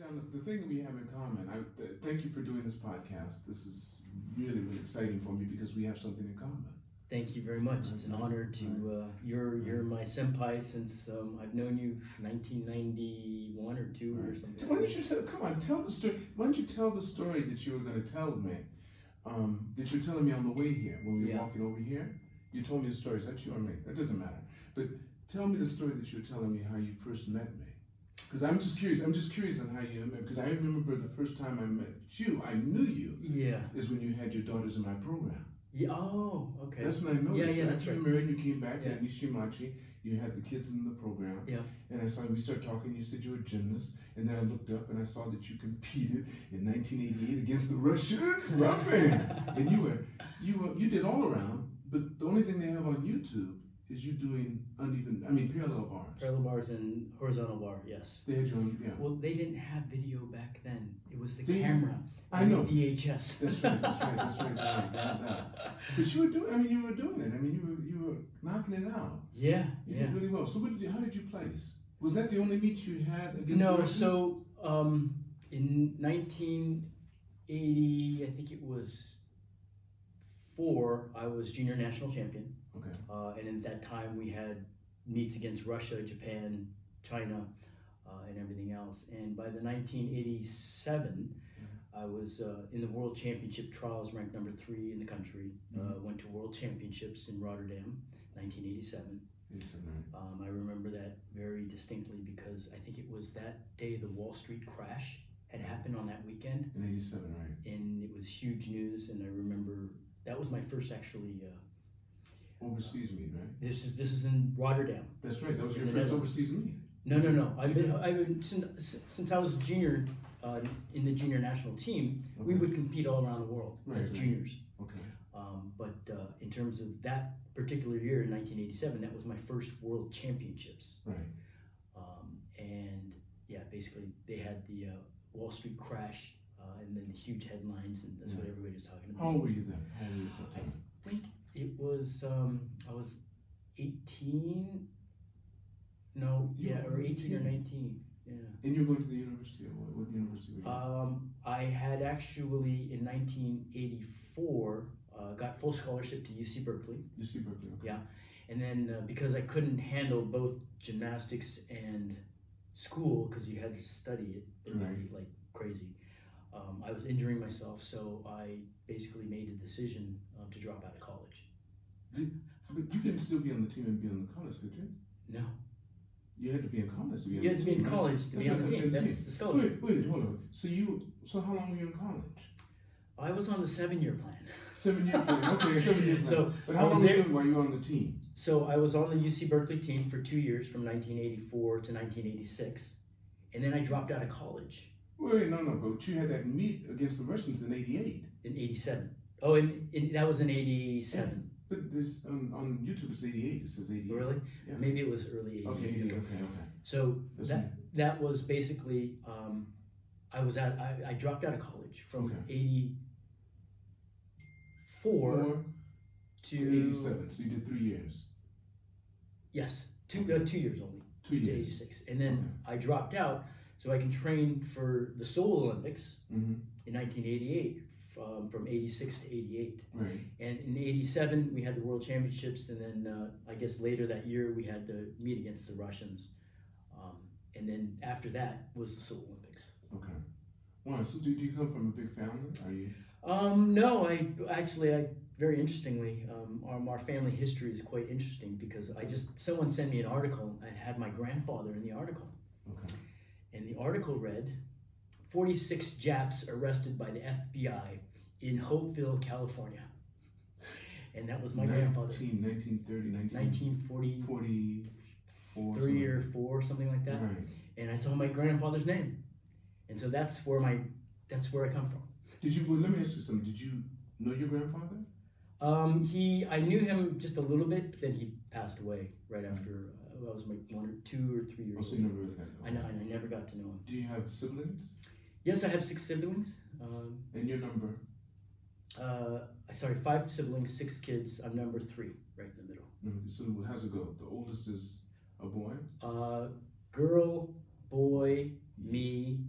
common, the thing we have in common. I th- thank you for doing this podcast. This is really really exciting for me because we have something in common. Thank you very much. It's an honor to. Uh, you're you're my senpai since um, I've known you 1991 or two or something. Why don't you tell? Come on, tell the story. Why don't you tell the story that you were going to tell me? Um, that you're telling me on the way here when we were Yeah. walking over here. You told me a story. Is that you or me? That doesn't matter. But tell me the story that you were telling me how you first met me. Because I'm just curious. I'm just curious on how you met. Because I remember the first time I met you. I knew you Yeah. is when you had your daughters in my program. yeah. Oh, okay. That's when I noticed. Yeah, yeah, that that's you right. married, you came back Yeah. at Nishimachi, you had the kids in the program. Yeah. And I saw we started talking, you said you were a gymnast, and then I looked up and I saw that you competed in nineteen eighty eight against the Russians. Rubman. and you were you were you did all around, but the only thing they have on YouTube is you doing uneven I mean parallel bars. Parallel bars and horizontal bar. Yes. They had you on yeah. Well, they didn't have video back then. It was the They- camera. I and know. VHS. That's right, that's right, that's right, right, right, right. But you were doing I mean you were doing it. I mean you were you were knocking it out. Yeah. You yeah. did really well. So what did you, how did you place? Was that the only meet you had against the No, Russians? so um, in 1980, I think it was four, I was junior national champion. Okay. Uh, and at that time, we had meets against Russia, Japan, China, uh, and everything else. And by the 1987, I was uh, in the world championship trials, ranked number three in the country. Uh, went to world championships in Rotterdam, 1987. Yes, I know. Um, I remember that very distinctly because I think it was that day the Wall Street crash had happened on that weekend, In 87, right? and it was huge news. And I remember that was my first actually. Uh, Overseas meet, right? this is this is in Rotterdam. That's right. That was your In the first Netherlands. overseas meet. No, no, no. I've been I've been since since I was junior uh, in the junior national team. We Okay. would compete all around the world Right, as right. juniors. Okay. Um, but uh, in terms of that particular year in 1987, that was my first World Championships. Right. Um, and yeah, basically they had the uh, Wall Street crash uh, and then the huge headlines, and that's what everybody was talking Mm. How about. old were you then? How old were you at that I time? think it was um, I was eighteen. No, You yeah, were or eighteen or 18. nineteen. Yeah. And you were going to the university. or What, what university were you at? Um, I had actually in nineteen eighty four. Uh, got full scholarship to UC Berkeley, UC Berkeley. Okay. yeah. and then uh, because I couldn't handle both gymnastics and school because you had to study it literally like crazy, um, I was injuring myself. So I basically made a decision um, to drop out of college. But you couldn't still be on the team and be on the college, could you? No, You had to be in college to be on you had to the be team. in right? college to be That's on the right, team. that's That's the scholarship. Wait, wait, hold on. So you, so how long were you in college? I was on the seven-year plan. Seven years. okay, seven years. So but I how was long were you there- doing while you were on the team? So I was on the UC Berkeley team for two years, from 1984 to 1986, and then I dropped out of college Wait, no, no, but you had that meet against the Russians in '88. in '87. Oh, and, and that was in '87. But this on, on YouTube it's '88. It says '88. Really? Yeah. Maybe it was early 80s. Okay, 88. Okay, okay. So That's that that was basically um, I was at I, I dropped out of college from Okay. 84 Four to to '87. So you did three years. Yes, two uh, two years only Two to years. 86. And then I dropped out so I can train for the Seoul Olympics Mm-hmm. in 1988 from, from 86 to 88. Right. And in 87 we had the World Championships and then uh, I guess later that year we had the meet against the Russians. Um, and then after that was the Seoul Olympics. Okay. Wow. So do, do you come from a big family? Are you? Um, no, I actually, I very interestingly, um, our, our family history is quite interesting because I just someone sent me an article. I had my grandfather in the article, Okay. and the article read, "46 Japs arrested by the FBI in Hopeville, California," and that was my grandfather, 19, 1930, 1943 1944. or four, something like that. Right. And I saw my grandfather's name, and so that's where my that's where I come from. Did you? Well, let me ask you something. Did you know your grandfather? Um, he, I knew him just a little bit, but then he passed away right after uh, I was like one or two or three Oh, years so old. you never really got to know. I know, and I never got to know him. Do you have siblings? Yes, I have six siblings. Um, And your number? uh, sorry, five siblings, six kids. I'm number three, right in the middle. Number- So how's it go? The oldest is a boy. Uh, girl, boy, me,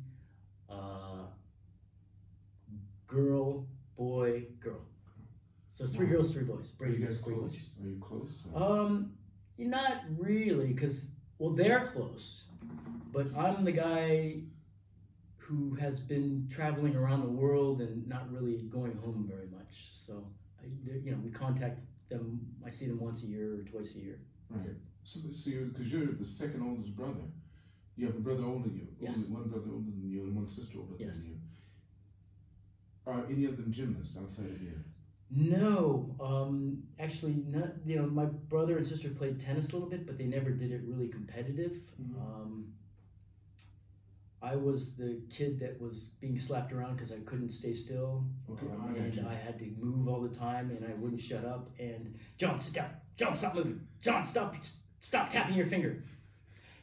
Heroes, three boys. Are you Brady guys Three Boys. close? Are you close? Or- Um, not really, because well, they're close, but I'm the guy who has been traveling around the world and not really going home very much. So, I, they're- you know, we contact them. I see them once a year or twice a year. Right. So, so you, because you're the second oldest brother, you have a brother older than you. Yes. Only one brother older than you and one sister older Yes. than you. Are any of them gymnasts outside of you? No, um, actually, not. You know, my brother and sister played tennis a little bit, but they never did it really competitive. Mhm. Um, I was the kid that was being slapped around because I couldn't stay still. Okay, Um, I got and you. I had to move all the time, and I wouldn't shut up. And John, sit down. John, stop moving. John, stop. Stop tapping your finger.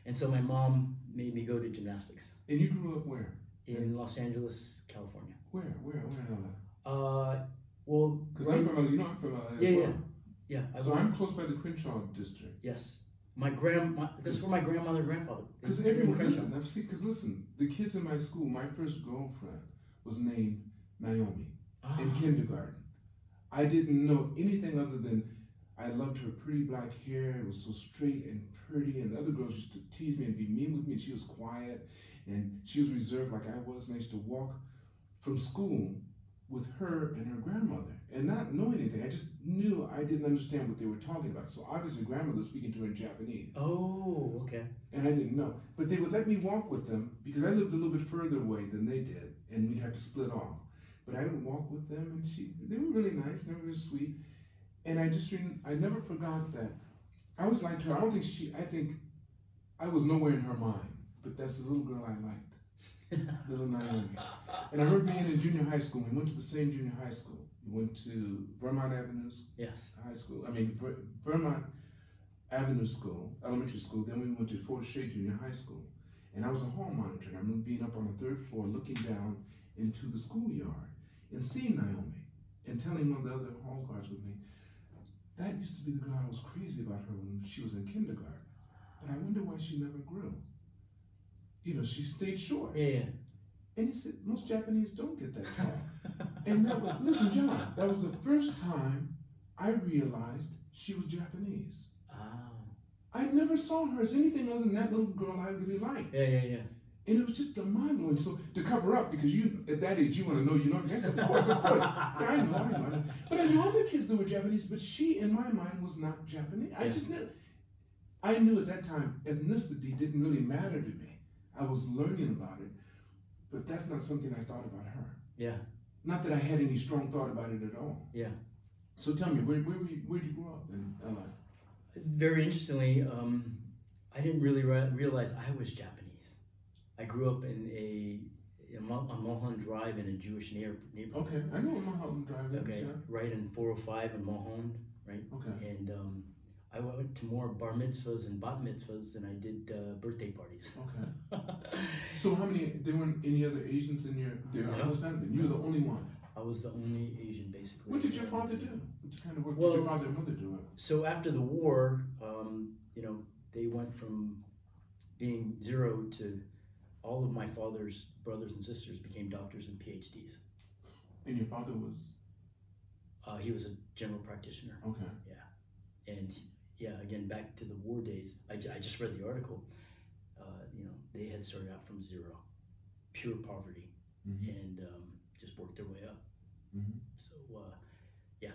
And so my mom made me go to gymnastics And you grew up where? in Los Angeles, California. Where? Where? Where in LA? Uh, well, Because right- I'm from LA. You know I'm from LA as Yeah, well. yeah, I So went- I'm close by the Crenshaw district. yes. My grand, my, that's where my grandmother and grandfather. they- Because they were everyone, Crenshaw. listen, I've seen, because listen, the kids in my school, my first girlfriend was named Naomi Ah, in kindergarten. I didn't know anything other than I loved her pretty black hair. It was so straight and pretty. And the other girls used to tease me and be mean with me. And she was quiet and she was reserved like I was. And I used to walk from school with her and her grandmother and not know anything. I just knew I didn't understand what they were talking about. So obviously, grandmother was speaking to her in Japanese Oh, okay. and I didn't know. But they would let me walk with them because I lived a little bit further away than they did, and we'd have to split off. But I would walk with them, and she they were really nice, and they were really sweet. And I just rem- I never forgot that I always liked her. I don't think she. I think I was nowhere in her mind, but that's the little girl I liked, little Naomi. And I remember being in junior high school. We went to the same junior high school. We went to Vermont Avenue yes. high school. I mean, Ver- Vermont Avenue School, elementary school. Then we went to Fort Shea Junior High School, and I was a hall monitor. And I remember being up on the third floor, looking down into the schoolyard, and seeing Naomi, and telling one of the other hall guards with me, "That used to be the girl I was crazy about her when she was in kindergarten, but I wonder why she never grew. You know, she stayed short." Yeah, yeah. And he said, "Most Japanese don't get that tall." And that was, listen, John, that was the first time I realized she was Japanese. Ah, I never saw her as anything other than that little girl I really liked. yeah, yeah, yeah. And it was just a mind blowing. So to cover up, because you at that age you want to know you know yes, of course, of course. Yeah, I know, I know, I know. But I knew other kids that were Japanese, but she in my mind was not Japanese. I Yeah. just knew I knew at that time ethnicity didn't really matter to me. I was learning about it, but that's not something I thought about her. Yeah. Not that I had any strong thought about it at all. Yeah. So tell me, where where were you, where'd you grow up in LA? Very interestingly, um, I didn't really re- realize I was Japanese. I grew up in a, a Mo- on Mulholland Drive in a Jewish neighbor- neighborhood. Okay, I know where Mulholland Drive is. Okay, yeah. right in 405 in Mulholland, right? Okay. And um, I went to more bar mitzvahs and bat mitzvahs than I did uh, birthday parties. Okay. So how many? There weren't any other Asians in your. There No. almost had been. You were the only one. I was the only Asian, basically. What did your father do? What kind of work did Well- your father and mother do? So after the war, um, you know, they went from being zero to all of my father's brothers and sisters became doctors and PhDs. And your father was Uh, he was a general practitioner, okay. and yeah, again back to the war days. I, ju- I just read the article. Uh, you know, they had started out from zero, pure poverty, Mhm. and um, just worked their way up. Mhm. So, uh, yeah,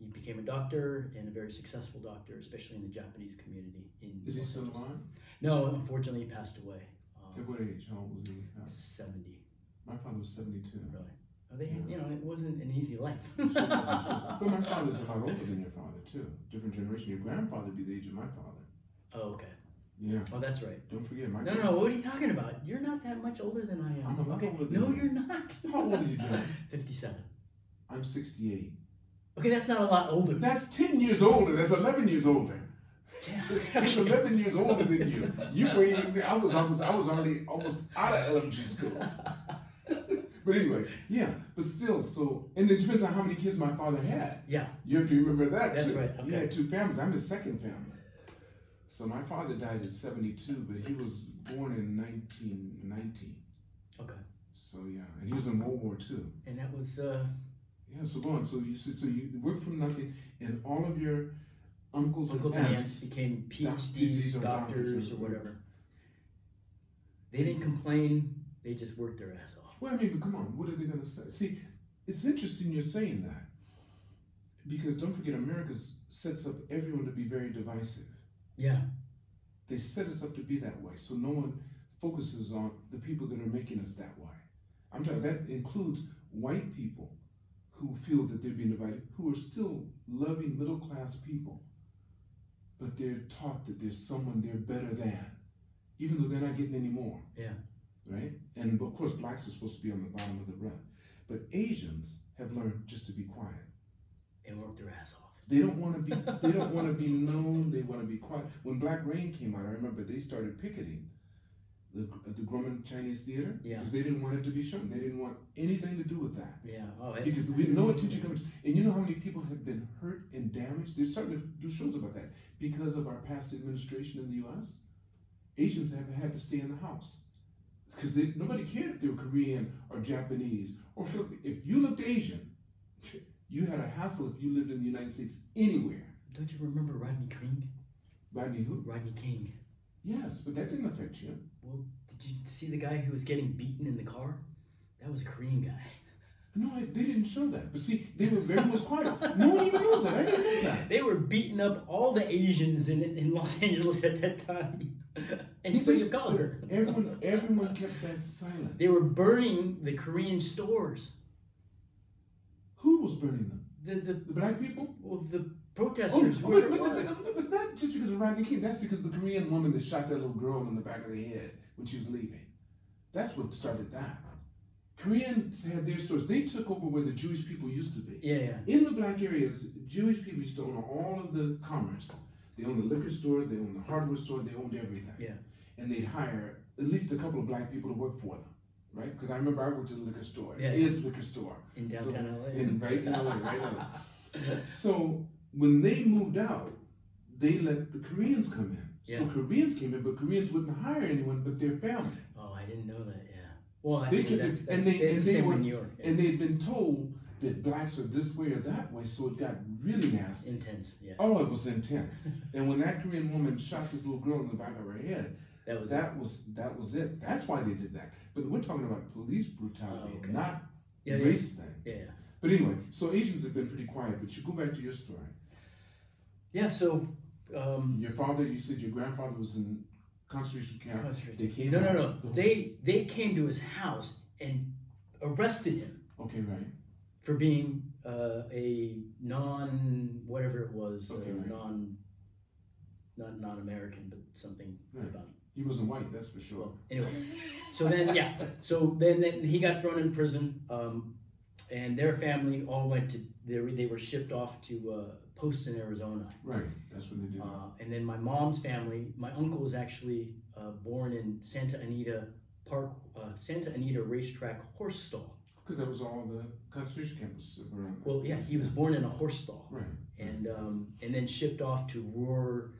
he became a doctor and a very successful doctor, especially in the Japanese community. In Is he Los still Angeles. alive? No, unfortunately, he passed away. At Um, what age? How old was he? Uh, Seventy, My father was seventy-two. really. Oh, they, you know, it wasn't an easy life. Sure, sure, sure. but my father's a lot older than your father too. Different generation. Your grandfather would be the age of my father. oh, okay. Yeah. Oh, that's right. Don't forget my. No, no, what are you talking about? You're not that much older than I am. I'm a lot okay. older than no, you. you're not. How old are you, John? Fifty-seven. I'm sixty-eight. Okay, that's not a lot older. That's ten years older. That's eleven years older. He's 11 years older than you. You were even, I was, I was, I was already almost out of elementary school. but anyway, yeah, but still, so, and it depends on how many kids my father had. Yeah. You have to remember that That's too. right, He okay. had two families. I'm his second family. So my father died at 72, but he was born in 1919. Okay. So yeah, and he was in World War II. And that was uh, Yeah, so go on. So you s- so you work from nothing, and all of your uncles, Uncles and and aunts. aunts became PhDs PhDs, or doctors, doctors or or whatever. They didn't complain, they just worked their ass off. Well, I mean, but come on, what are they going to say? See, it's interesting you're saying that because don't forget, America sets up everyone to be very divisive. Yeah, They set us up to be that way, so no one focuses on the people that are making us that way. I'm talking that includes white people who feel that they're being divided, who are still loving middle class people, but they're taught that there's someone they're better than, even though they're not getting any more. Yeah. Right? And of course, blacks are supposed to be on the bottom of the run. But Asians have learned just to be quiet. and worked their ass off. They don't want to be. They don't want to be known. They want to be quiet. When Black Rain came out, I remember they started picketing the the Grumman Chinese Theater Yeah. because they didn't want it to be shown. They didn't want anything to do with that Yeah, oh, it- because we no attention comes. And you know how many people have been hurt and damaged. They're starting to do shows about that because of our past administration in the U.S. Asians have had to stay in the house because they, nobody cared if they were Korean or Japanese or Filipino. If you looked Asian, you had a hassle if you lived in the United States anywhere. Don't you remember Rodney King? Rodney who? Rodney King. Yes, but that didn't affect you. Well, did you see the guy who was getting beaten in the car? That was a Korean guy. No, I, they didn't show that. But see, they were very much quiet. No one even knows that. I didn't know that. They were beating up all the Asians in, in Los Angeles at that time. Anybody of color. Everyone, everyone kept that silent. They were burning the Korean stores. Who was burning them? The the The black people? well, the Oh, protesters. oh, whoever but, it but, was. but, but, but not just because of Rodney King. That's because the Korean woman that shot that little girl in the back of the head when she was leaving. That's what started that. Koreans had their stores. They took over where the Jewish people used to be. yeah, yeah. In the black areas, Jewish people used to own all of the commerce. They owned the liquor stores, they owned the hardware store, they owned everything. Yeah. And they'd hire at least a couple of black people to work for them, right? Because I remember I worked at a liquor store, Yeah. Ed's liquor store, In So, downtown LA. in right in LA, right now. So when they moved out, they let the Koreans come in. So Yeah. Koreans came in, but Koreans wouldn't hire anyone but their family. oh, I didn't know that. Yeah. Well, They actually, could- that's, and that's, they- that's and the they same were- in New York. Yeah. And they'd been told that blacks are this way or that way, so it got really nasty. Intense. Yeah. Oh, it was intense. and when that Korean woman shot this little girl in the back of her head, That was that was that was it. That's why they did that. But we're talking about police brutality, Oh, okay. not yeah, yeah, race thing. yeah, yeah. But anyway, so Asians have been pretty quiet. But you go back to your story. Yeah. So. Um, Your father, you said your grandfather was in concentration camp. concentration- They came. No, no, out. no. They they came to his house and arrested him Okay, right. for being uh, a non whatever it was, Okay, uh, right. non not non American, but something Right. about He wasn't white, that's for sure. well, anyway. So then, yeah. So then, then he got thrown in prison, um, and their family all went to they were, they were shipped off to uh, Poston, Arizona. Right. That's when they did. Uh, and then my mom's family, my uncle was actually uh, born in Santa Anita Park, uh, Santa Anita Racetrack horse stall. Because that was all the concentration camps around. there. Well, yeah, he was born in a horse stall, Right. and um, and then shipped off to Ruhr,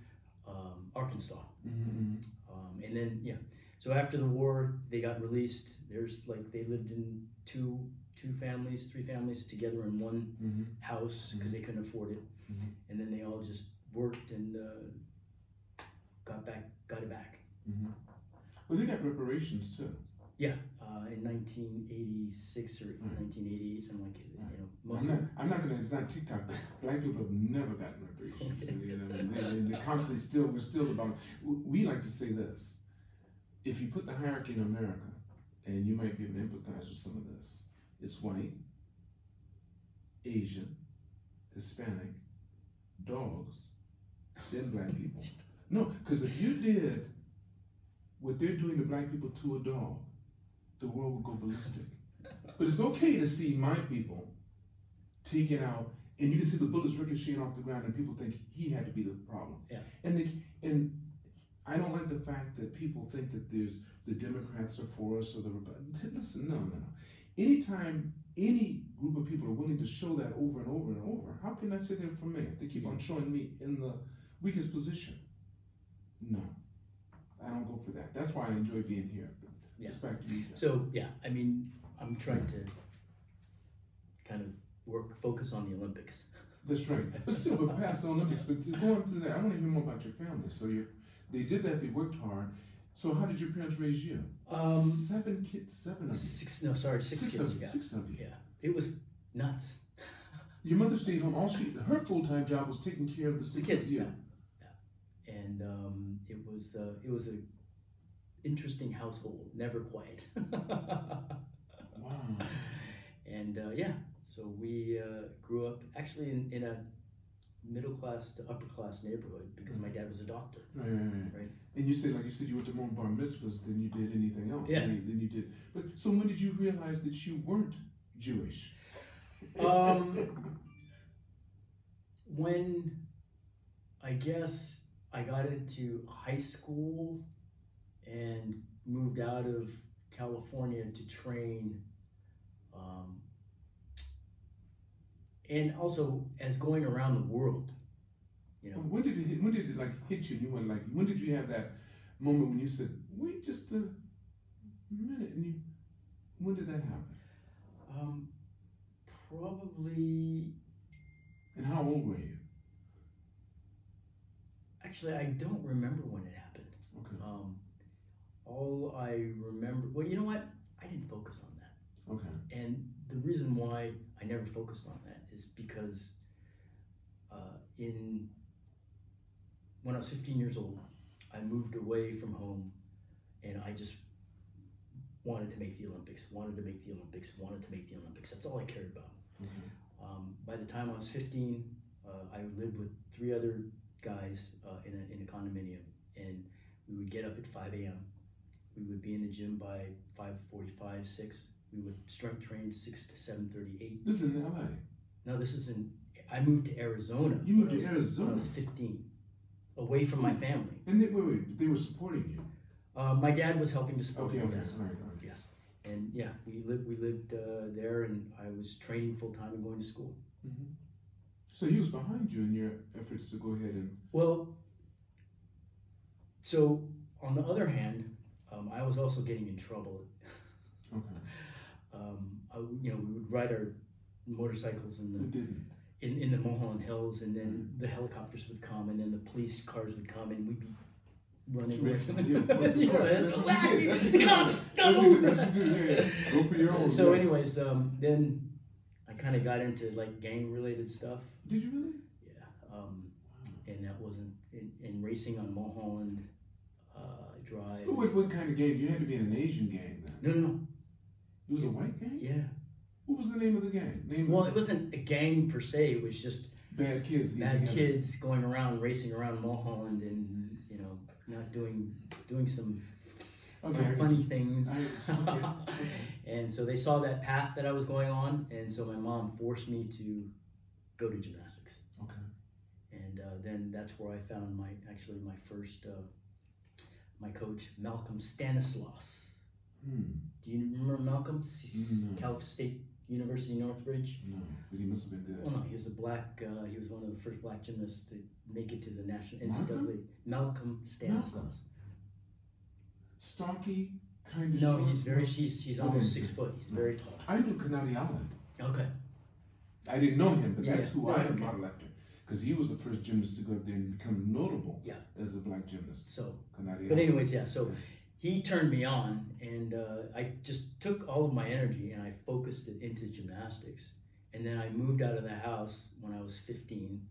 um, Arkansas, Mm-hmm. um, and then yeah. So after the war, they got released. There's like they lived in two two families, three families together in one Mm-hmm. house because they couldn't afford it, Mhm. and then they all just worked and uh, got back, got it back. hmm Well, they got reparations too. Yeah, uh, in 1986 or Right. 1988, something like it. Mm-hmm. You know, most I'm not, I'm not gonna. It's not TikTok. Black people have never gotten reparations. and, you know, and they, and they constantly still. We're still about. We like to say this. If you put the hierarchy in America, and you might be able to empathize with some of this, it's white, Asian, Hispanic, dogs, then black people. No, because if you did what they're doing to black people to a dog, the world would go ballistic. But it's okay to see my people taken out, and you can see the bullets ricocheting off the ground, and people think he had to be the problem. Yeah. And they, and I don't like the fact that people think that there's the Democrats are for us or the Republicans. Listen, no, no, no. Anytime any group of people are willing to show that over and over and over, how can I say they're for me if they keep on showing me in the weakest position? No, I don't go for that. That's why I enjoy being here. But Yeah. It's back to you. Jeff. So yeah, I mean, I'm trying to kind of work focus on the Olympics. That's right. But still, but past the Olympics, but to- going through that, I want to hear more about your family. So you, they did that. They worked hard. So how did your parents raise you? Um, seven kids, seven of you. six no sorry six, of kids. you. Yeah. Six of you. yeah, it was nuts. Your mother stayed home. All she, her full time job was taking care of the The six kids, of you. yeah, yeah. And um, it was uh, it was a interesting household, never quiet. Wow. and uh, yeah, so we uh, grew up actually in, in a middle class to upper class neighborhood because my dad was a doctor. Right, right, right. Right. And you said, like you said, you went to more bar mitzvahs than you did anything else. Yeah. I mean, Than you did. But so when did you realize that you weren't Jewish? Um, when I guess I got into high school and moved out of California to train, um, and also as going around the world, you know, When did it hit, when did it like hit you? And you went like when did you have that moment when you said, "Wait just a minute," and you when did that happen? um, probably And how old were you? actually I don't remember when it happened. Okay, Um, all I remember, well, you know what? I didn't focus on that. okay, And the reason why I never focused on that is because uh, in when I was 15 years old, I moved away from home, and I just wanted to make the Olympics. Wanted to make the Olympics. Wanted to make the Olympics. That's all I cared about. okay. Um, by the time I was 15, uh, I lived with three other guys uh, in, a, in a condominium, and we would get up at 5 a.m. We would be in the gym by 5:45, 6. We would strength train 6 to 7:30, 8. This is in L.A. No, this is in. I moved to Arizona. You moved when to I was- when Arizona, I was 15, away from my family. and they wait, wait, they were supporting you. Uh, my dad was helping to support Okay, me, okay, yes. all right, all right. Yes. And yeah, we lived we lived uh, there, and I was training full time and going to school. Mhm. So he was behind you in your efforts to go ahead and Well, so on the other hand, um, I was also getting in trouble. okay. Mm-hmm. Um, I, would- you know, we would ride our motorcycles in Who the didn't? in, in the Mulholland Hills, and then the helicopters would come, and then the police cars would come, and we'd be running. away Chasing from the- them. You know, yeah, it's that's what you like, did, The cops, that's what you did, no!" that's what you did, yeah, yeah. Go for your own, So, yeah. anyways, um, then I kind of got into like gang related stuff. Did you really? Yeah. Um, Wow. and that wasn't in, in racing on Mulholland uh, Drive. But what, what kind of gang? You had to be in an Asian gang then. No, no, no. It was a white gang. Yeah. What was the name of the gang? Name Well, of it wasn't a gang per se. It was just bad kids. getting bad together. kids going around, racing around Mulholland, and you know, not doing doing some Okay. funny things. I- okay, okay. and so they saw that path that I was going on, and so my mom forced me to go to gymnastics, Okay. and uh, then that's where I found my actually my first uh, my coach Malcolm Stanislaus. Hmm. Do you remember Malcolm? He's No. Cal State University Northridge. No, but he must have been good. Well, no, he was a black. Uh, he was one of the first black gymnasts to make it to the national NCAA. Malcolm? Malcolm Stanislaus. Stocky, kind of. No, short. he's very. He's he's Okay. almost six foot. He's very tall. I knew Kanadi Allen. Okay. I didn't know him, but Yeah, that's yeah. who No, I am okay. model after. Because he was the first gymnast to go up there and become notable Yeah. as a black gymnast. So, Kanadi Allen. but anyways, yeah. So he turned me on, and uh, I just took all of my energy and I focused it into gymnastics. And then I moved out of the house when I was fifteen,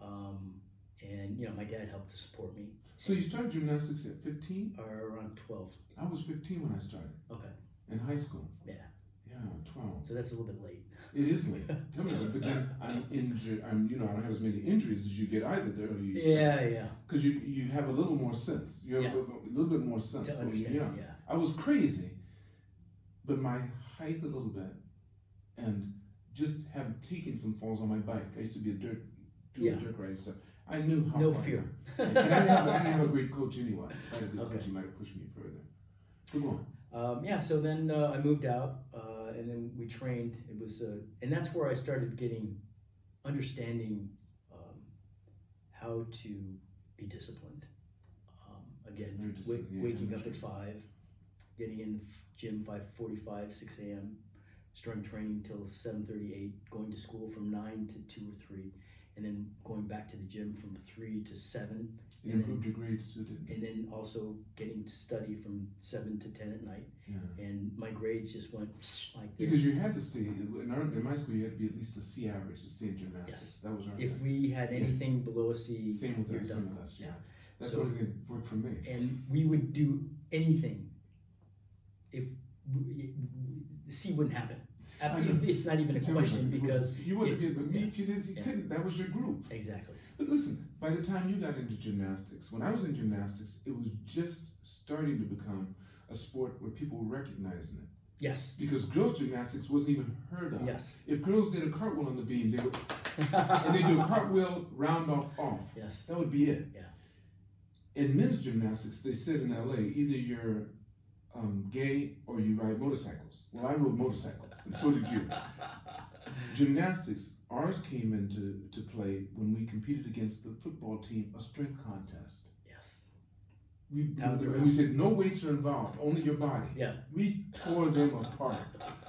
um, and you know my dad helped to support me. So you started gymnastics at 15? Or around twelve. I was 15 when I started Okay. in high school. Yeah. Yeah, 12. So that's a little bit late. It is late. Tell me about it. But then I'm injured. I'm, you know, I don't have as many injuries as you get either. The earlier you start. Yeah, yeah. because you you have a little more sense. You have Yeah. a, little, a little bit more sense. To when you're young. understand. Yeah. I was crazy, but my height a little bit, and just have taken some falls on my bike. I used to be a dirt, do Yeah. a dirt ride and stuff. I knew how. No far I fear. got. And I didn't, have, I didn't have a great coach anyway. If I had a good coach, he might have pushed me further. So go on. um, yeah, so then uh, I moved out, uh, and then we trained. It was, uh, and that's where I started getting understanding um, how to be disciplined. Um, again, Very wa- disciplined, yeah, waking up at amateurs. five, getting in the f- gym five forty-five, six a.m., strength training till 7:38, going to school from 9 to 2 or 3, and then going back to the gym from 3 to 7, You And- improved your grades too, didn't you? and then also getting to study from 7 to 10 at night. Yeah. And my grades just went like this. Because you had to stay in, our, in my school, you had to be at least a C average to stay in gymnastics. That was our if thing. we had anything below a C, same with you're us. done. Same with us. Yeah, Yeah. that's So- the only thing that worked for me. and we would do anything if we, C wouldn't happen. I know. It's not even a It's question everybody. It was- because you wanted to be at if- the yeah. meet. You did. You Yeah. couldn't. That was your group. exactly But listen, by the time you got into gymnastics, when I was in gymnastics, it was just starting to become a sport where people were recognizing it yes, because girls gymnastics wasn't even heard of. yes, If girls did a cartwheel on the beam, they would, and they do a cartwheel round off off. yes, That would be it. Yeah. In men's gymnastics, they said in LA, either you're um, gay or you ride motorcycles. Well, I rode motorcycles, and so did you. Gymnastics, ours came into to play when we competed against the football team, a strength contest. yes. We, That was and we said no weights are involved, only your body. Yeah. We tore them apart.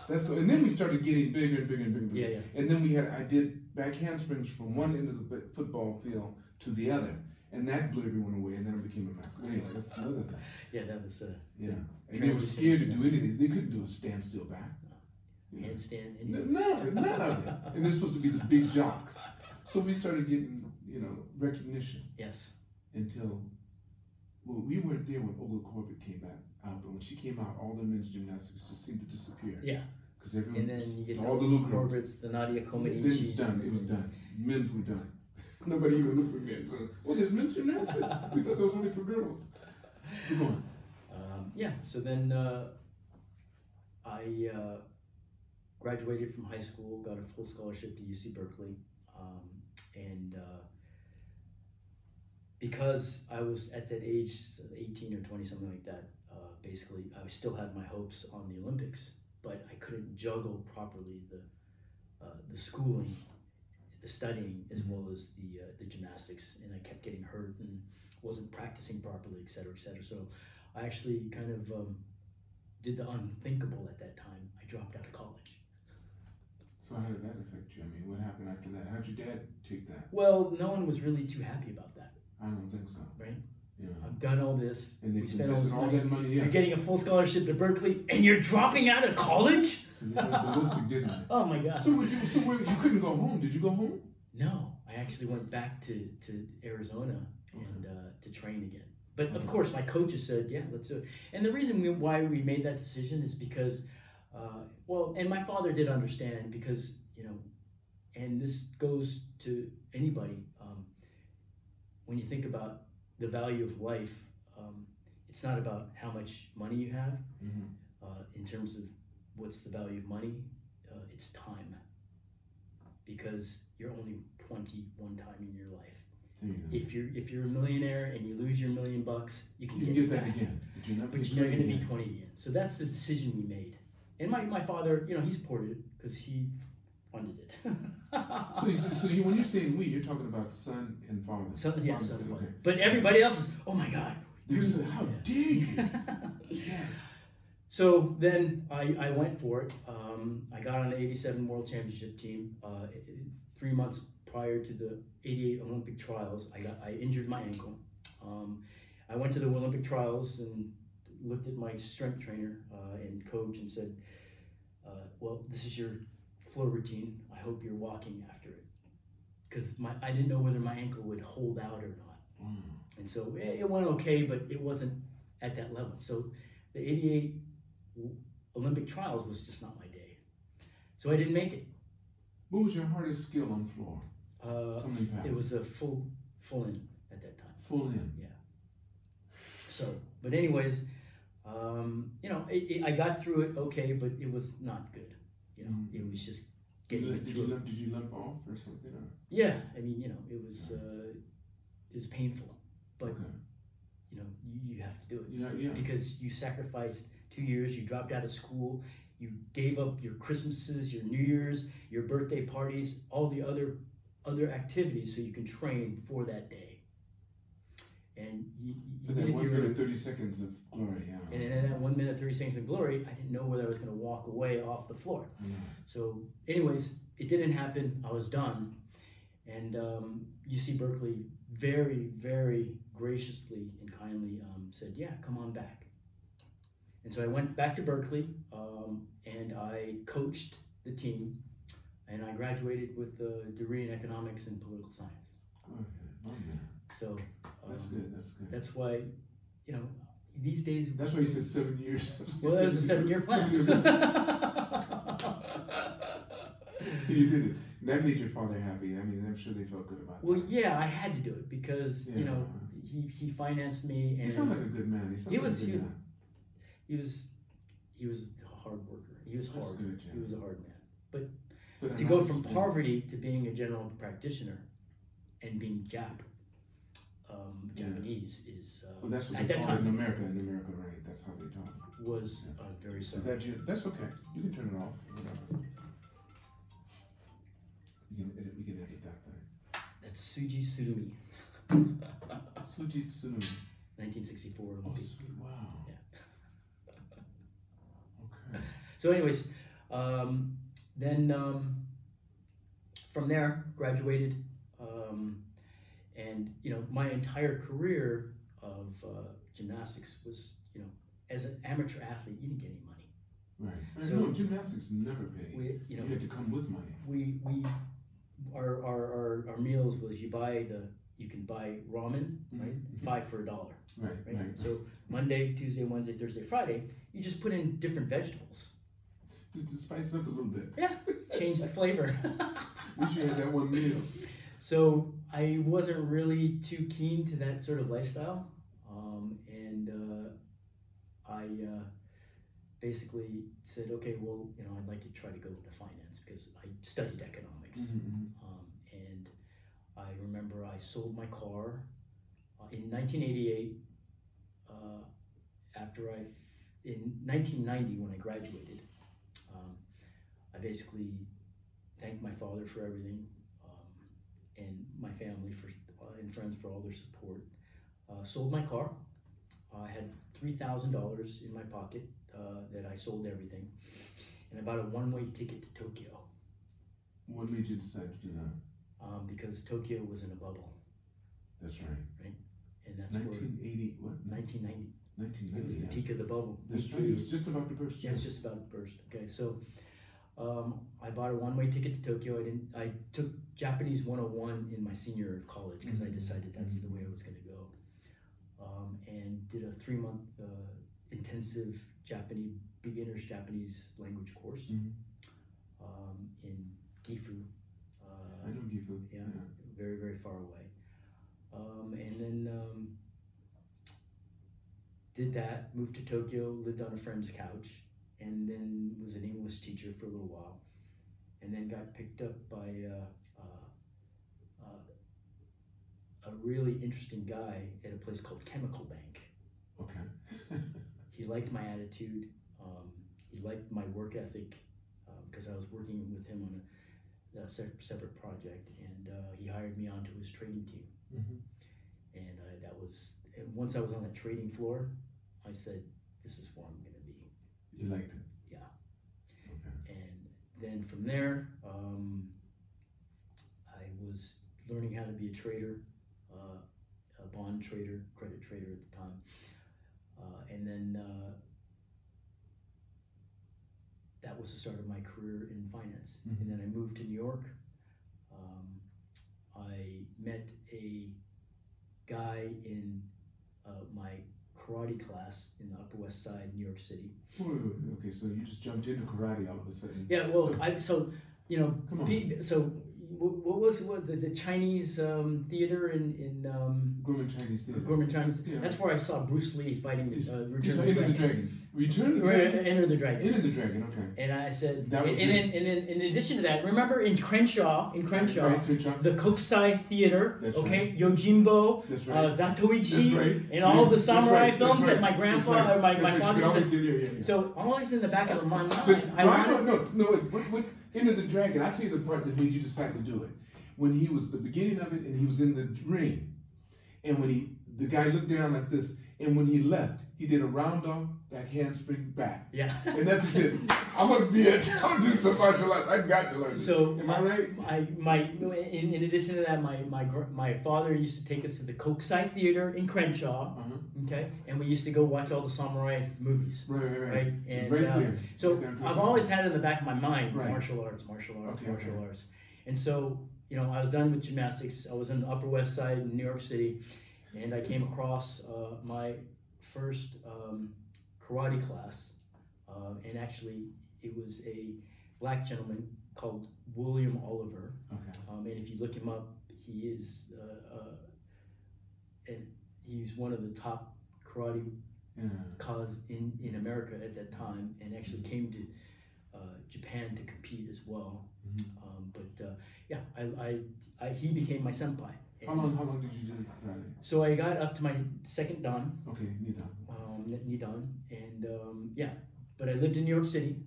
That's the, and then we started getting bigger and bigger and bigger. and Yeah, bigger. yeah, And then we had I did back handsprings from one end of the b- football field to the other, and that blew everyone away. And then I became a mascot. Anyway, that's another thing. yeah. That was a Yeah, and they were scared to do anything. They couldn't do a standstill back. You know? handstand. No, none, and- none of it. And they're supposed to be the big jocks. So we started getting you know recognition Yes, until well we weren't there when Olga Corbett came back out, but when she came out, all the men's gymnastics just seemed to disappear. yeah. Because everyone, And then you get all the little girls. Corbett's, the Nadia It was Comaneci's. done. It was done. Men's were done. Nobody even looks at men. So, oh, there's men's gymnastics. we thought that was only for girls. Keep going. Um, yeah, so then uh, I uh, graduated from high school, got a full scholarship to UC Berkeley, um, and uh, because I was at that age, eighteen or twenty, something like that, uh, basically I still had my hopes on the Olympics, but I couldn't juggle properly the uh, the schooling, the studying, as well as the uh, the gymnastics, and I kept getting hurt and wasn't practicing properly, et cetera, et cetera. So I actually kind of um, did the unthinkable at that time. I dropped out of college. So how did that affect you? I mean, what happened after that? How'd your dad take that? Well, no one was really too happy about that. I don't think so. Right. Yeah. I've done all this. And they we spent all this invested all money. that money. Yes. You're getting a full scholarship to Berkeley, and you're dropping out of college? so they went ballistic, didn't they? Oh my God. So, would you, so wait, you couldn't go home. Did you go home? No, I actually went back to, to Arizona and uh, to train again. But of course, my coaches said, "Yeah, let's do it." And the reason we, why we made that decision is because, uh, well, and my father did understand because you know, and this goes to anybody. Um, when you think about the value of life, um, it's not about how much money you have Mm-hmm. uh, in terms of what's the value of money, uh, it's time. Because you're only 20 one time in your life. There you go. If you're if you're a millionaire and you lose your million bucks, you can You can get, get it that back. again. But you're not But being you're never played going to be again. 20 again. So that's the decision we made. And my, my father, you know, he supported it because he funded it. So, you, so you, when you're saying we, you're talking about son and father. so, yeah, Father, so son, okay. But everybody else is, oh my God. You said, how dare you? you? yes. So then I, I went for it. Um, I got on the 87 World Championship team. Uh, it- it- three months prior to the 88 Olympic trials, I, got, I injured my ankle. Um, I went to the Olympic trials and looked at my strength trainer uh, and coach and said, uh, Well, this is your flow routine. I hope you're walking after it. Because I didn't know whether my ankle would hold out or not. Mm. And so eh, it, it went okay, but it wasn't at that level. So the 88 Olympic trials was just not my day. So I didn't make it. What was your hardest skill on floor? Uh, How many pounds? it was a full, full in at that time. full in. So, but anyways, um, you know, it, it, I got through it okay, but it was not good. You know, Mm. it was just Did getting you, it did, you through. limp, did you limp off or something? Or? yeah, I mean, you know, it was uh, is painful. But- okay. You know, you, you have to do it. Yeah, yeah. because you sacrificed two years, you dropped out of school, you gave up your Christmases, your New Year's, your birthday parties, all the other other activities so you can train for that day. And you, For that one minute, 30 seconds of glory. Yeah. and in that one minute, 30 seconds of glory, I didn't know whether I was going to walk away off the floor. Yeah. So, anyways, it didn't happen. I was done. And um, UC Berkeley very, very graciously and kindly um, said, Yeah, come on back. And so I went back to Berkeley um, and I coached the team. And I graduated with a degree in economics and political science. Okay. One minute. So um, That's good. That's good. That's why, you know, these days. That's why you said seven years. Well, that was a seven year plan. Seven years. you did it. That made your father happy. I mean, I'm sure they felt good about well, that. yeah, I had to do it because, you know, he, he financed me He and sounded like a good man. He sounds He like was- a good he was- man. he was he was a hard worker. He was That's hard. good, yeah. He was a hard man. But To an go from honest- poverty to being a general practitioner and being Jap, um, Yeah. Japanese is uh, Well, that's what at they that call it time in America. In America, right? That's how they talk. was uh, very Is sorry. that you? That's okay. You can turn it off. Whatever. We can edit. We can edit that thing. That's Suji Surumi, Suji Tsunami. 1964 Oh, Olympics. sweet. Wow. Yeah. Okay. So, anyways, um, then um, from there, graduated, um, and you know, my entire career of uh, gymnastics was, you know, as an amateur athlete, you didn't get any money. Right. So- no, gymnastics never paid. We, you you, know, had to come with money. we we our our, our, our meals was you buy the you can buy ramen right Mhm. five for a dollar Right. right? Right. so Monday Tuesday Wednesday Thursday Friday you just put in different vegetables to, to spice it up a little bit. change the flavor Wish you had that one meal. So I wasn't really too keen to that sort of lifestyle, um, and uh, I uh, basically said, okay, well, you know, I'd like to try to go into finance because I studied economics, um, and I remember I sold my car uh, in 1988. Uh, after I, in 1990, when I graduated, um, I basically thanked my father for everything. Um, and my family for uh, and friends for all their support. Uh, sold my car. I had three thousand dollars in my pocket uh, that I sold everything, and I bought a one-way ticket to Tokyo What made you decide to do that? um, because Tokyo was in a bubble, That's right. and that's where 1980. What? 1990 it was the 1990. peak of the bubble. That's right. It was just about to burst. Yeah, it's just about to burst. Okay, so um, I bought a one-way ticket to Tokyo. I didn't. I took Japanese 101 in my senior year of college because I Mhm. decided that's the way I was going to go, um, and did a three-month uh, intensive Japanese beginners Japanese language course Mhm. um, in Gifu. I Uh, know Gifu. yeah, very very far away. Um, and then um, did that, moved to Tokyo, lived on a friend's couch, and then was an English teacher for a little while, and then got picked up by uh, uh, uh, a really interesting guy at a place called Chemical Bank. Okay. He liked my attitude. Um, he liked my work ethic because I was working with him on a, a se- separate project, and uh, he hired me onto his training team. Mhm. And uh, that was and once I was on that trading floor, I said, "This is where I'm going to be." You liked it. Yeah. Okay. And then from there, um, I was learning how to be a trader, uh, a bond trader, credit trader at the time. Uh, and then uh, that was the start of my career in finance. Mhm. And then I moved to New York. Um, I met a guy in uh, my karate class in the Upper West Side, New York City. Wait, wait, wait. Okay. So you just jumped into karate all of a sudden. Yeah, well, So- I, so you know, Come on. be, so wh- what was what the, the Chinese um, theater in in um, Grumman Chinese theater. Gorman Chinese? Yeah. That's where I saw Bruce Lee fighting You s- uh, You Return saw of the Enter the Dragon. Dragon. Return of the Right, Dragon. Enter the Dragon. Enter the Dragon. Okay. And I said, That and, was and it. then and then in addition to that, remember in Crenshaw, in Crenshaw, Right, Crenshaw. the Kokusai Theater, That's okay, Yojimbo, That's uh, right. Zatoichi, That's right. and all Yeah, the that's samurai right, that's films right, that my that's grandfather right, or my, that's my right, father you used could always to. see it, yeah, yeah, yeah. So always in the back of my mind, But I no, wanted I don't, no, no. It's, what, what, into the dragon. I tell you the part that made you decide to do it. When he was the beginning of it, and he was in the ring, and when he The guy looked down like this, and when he left, he did a round off back handspring back, Yeah. and that's what he said. I'm gonna be a, I'm gonna do some martial arts. I got to learn. this." So am I right? I my in, in addition to that, my my gr- my father used to take us to the Kokusai Theater in Crenshaw. Uh-huh. Okay, and we used to go watch all the samurai movies. Right, right, right. Right, It's and right uh, there. so Right there in I've Crenshaw. always had in the back of my mind Right. martial arts, martial arts, Okay, martial okay. arts, and so you know I was done with gymnastics. I was in the Upper West Side in New York City, and I came across uh, my first um, karate class, uh, and actually it was a black gentleman called William Oliver. Okay. Um, and if you look him up, he is, uh, uh, and he's one of the top karate Yeah. cause in, in America at that time, and actually came to uh, Japan to compete as well. Mhm. Um, but uh, yeah, I, I, I, he became my senpai. And How long? How long did you do karate? So I got up to my second dan, Okay, neither. um, nidan, and um, yeah, but I lived in New York City,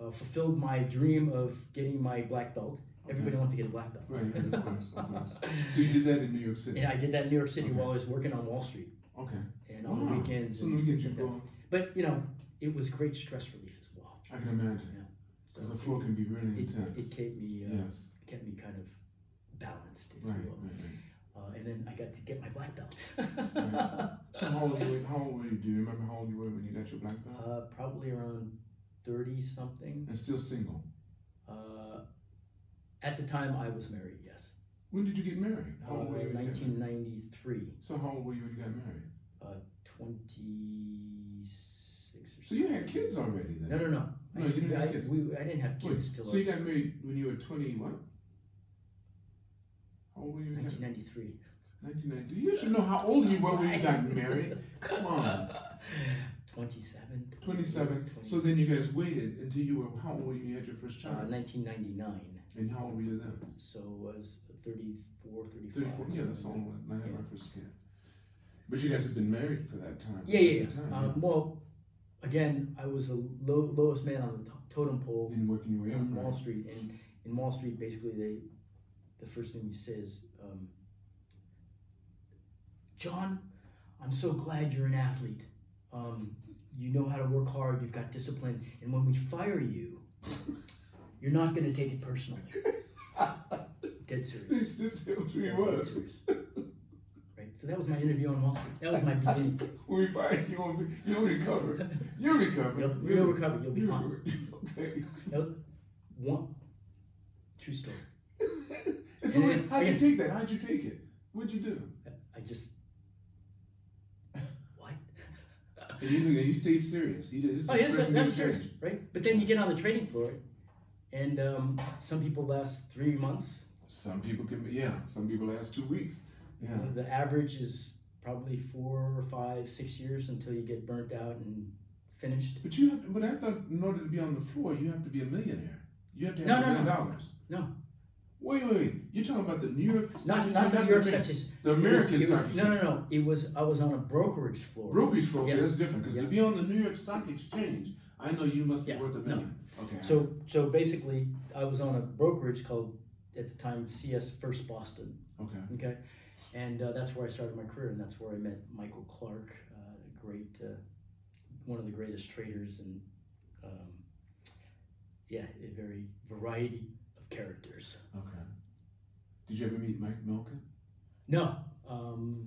uh, fulfilled my dream of getting my black belt. Everybody wants to get a black belt. Right, right, of course, of course. So you did that in New York City. And I did that in New York City Okay. while I was working on Wall Street Okay. and on the Wow. weekends. So and we get you things like go. that. But you know, it was great stress relief as well. I can imagine. So Because the floor can be really it, intense. it kept me uh, Yes. kept me kind of balanced, if Right, right, you will. right. Uh, and then I got to get my black belt. Right. So how old, were you, how old were you? Do you remember how old you were when you got your black belt? uh, probably around thirty something. And still single. Uh, at the time, I was married. Yes, When did you get married? How old were you? when you got married? nineteen ninety three, So how old were you when you got married? twenty six. So you had kids already then? No, no, no. No, I, you didn't I, have kids. We, I didn't have Wait, kids till so you I was got married when you were 20 what? How old were you? 1993. 1990. You should know how old you were when you got married. Come on. 27. 27. So then you guys waited until you were how old were you when you had your first uh, child? 1999. And how old were you then? So I was 34, 35. 34. Yeah, that's all. I had my first kid. But you guys have been married for that time. Yeah, yeah, That yeah. time, Um, well, again, I was the low, lowest man on the to- totem pole Been working your way up. in Wall Right? Street. And in Wall Street, basically, they the first thing you say is, um, John, I'm so glad you're an athlete. Um, you know how to work hard, you've got discipline, and when we fire you, you're not going to take it personally. Dead serious. This this is what we Dead was. serious. Right, so that was my interview on Wall Street. That was my beginning. We find you won't be, you'll recover. You'll recover. You'll, You'll you'll re- recover. You'll be you'll fine. recover. Okay. One true story. And so And wait, then- how'd you again- take that? How'd you take it? What'd you do? I just what? And you, knew- you stayed serious. You did. This is Oh, your yeah, so freshman that year was serious, change. right? But then you get on the training floor, and um, some people last three months. Some people can. be- Yeah. Some people last two weeks. Yeah. The average is probably four or five, six years until you get burnt out and finished. But you have. But I thought in order to be on the floor, you have to be a millionaire. You have to have No, a no, million no. dollars. No. Wait, wait, wait. You're talking about the New York. Not section? not the You're New York talking about Sessions. The American it was, stock exchange. No, no, no. It was I was on a brokerage floor. Brokerage floor. Yes. That's different. Because to Yep. be on the New York Stock Exchange, I know you must be Yeah, worth a no. million. Okay. So so basically, I was on a brokerage called at the time CS First Boston. Okay. Okay, and uh, that's where I started my career, and that's where I met Michael Clark, uh, a great, uh, one of the greatest traders, and um, yeah, a very variety of characters. Okay. Did you ever meet Mike Milken? No, um,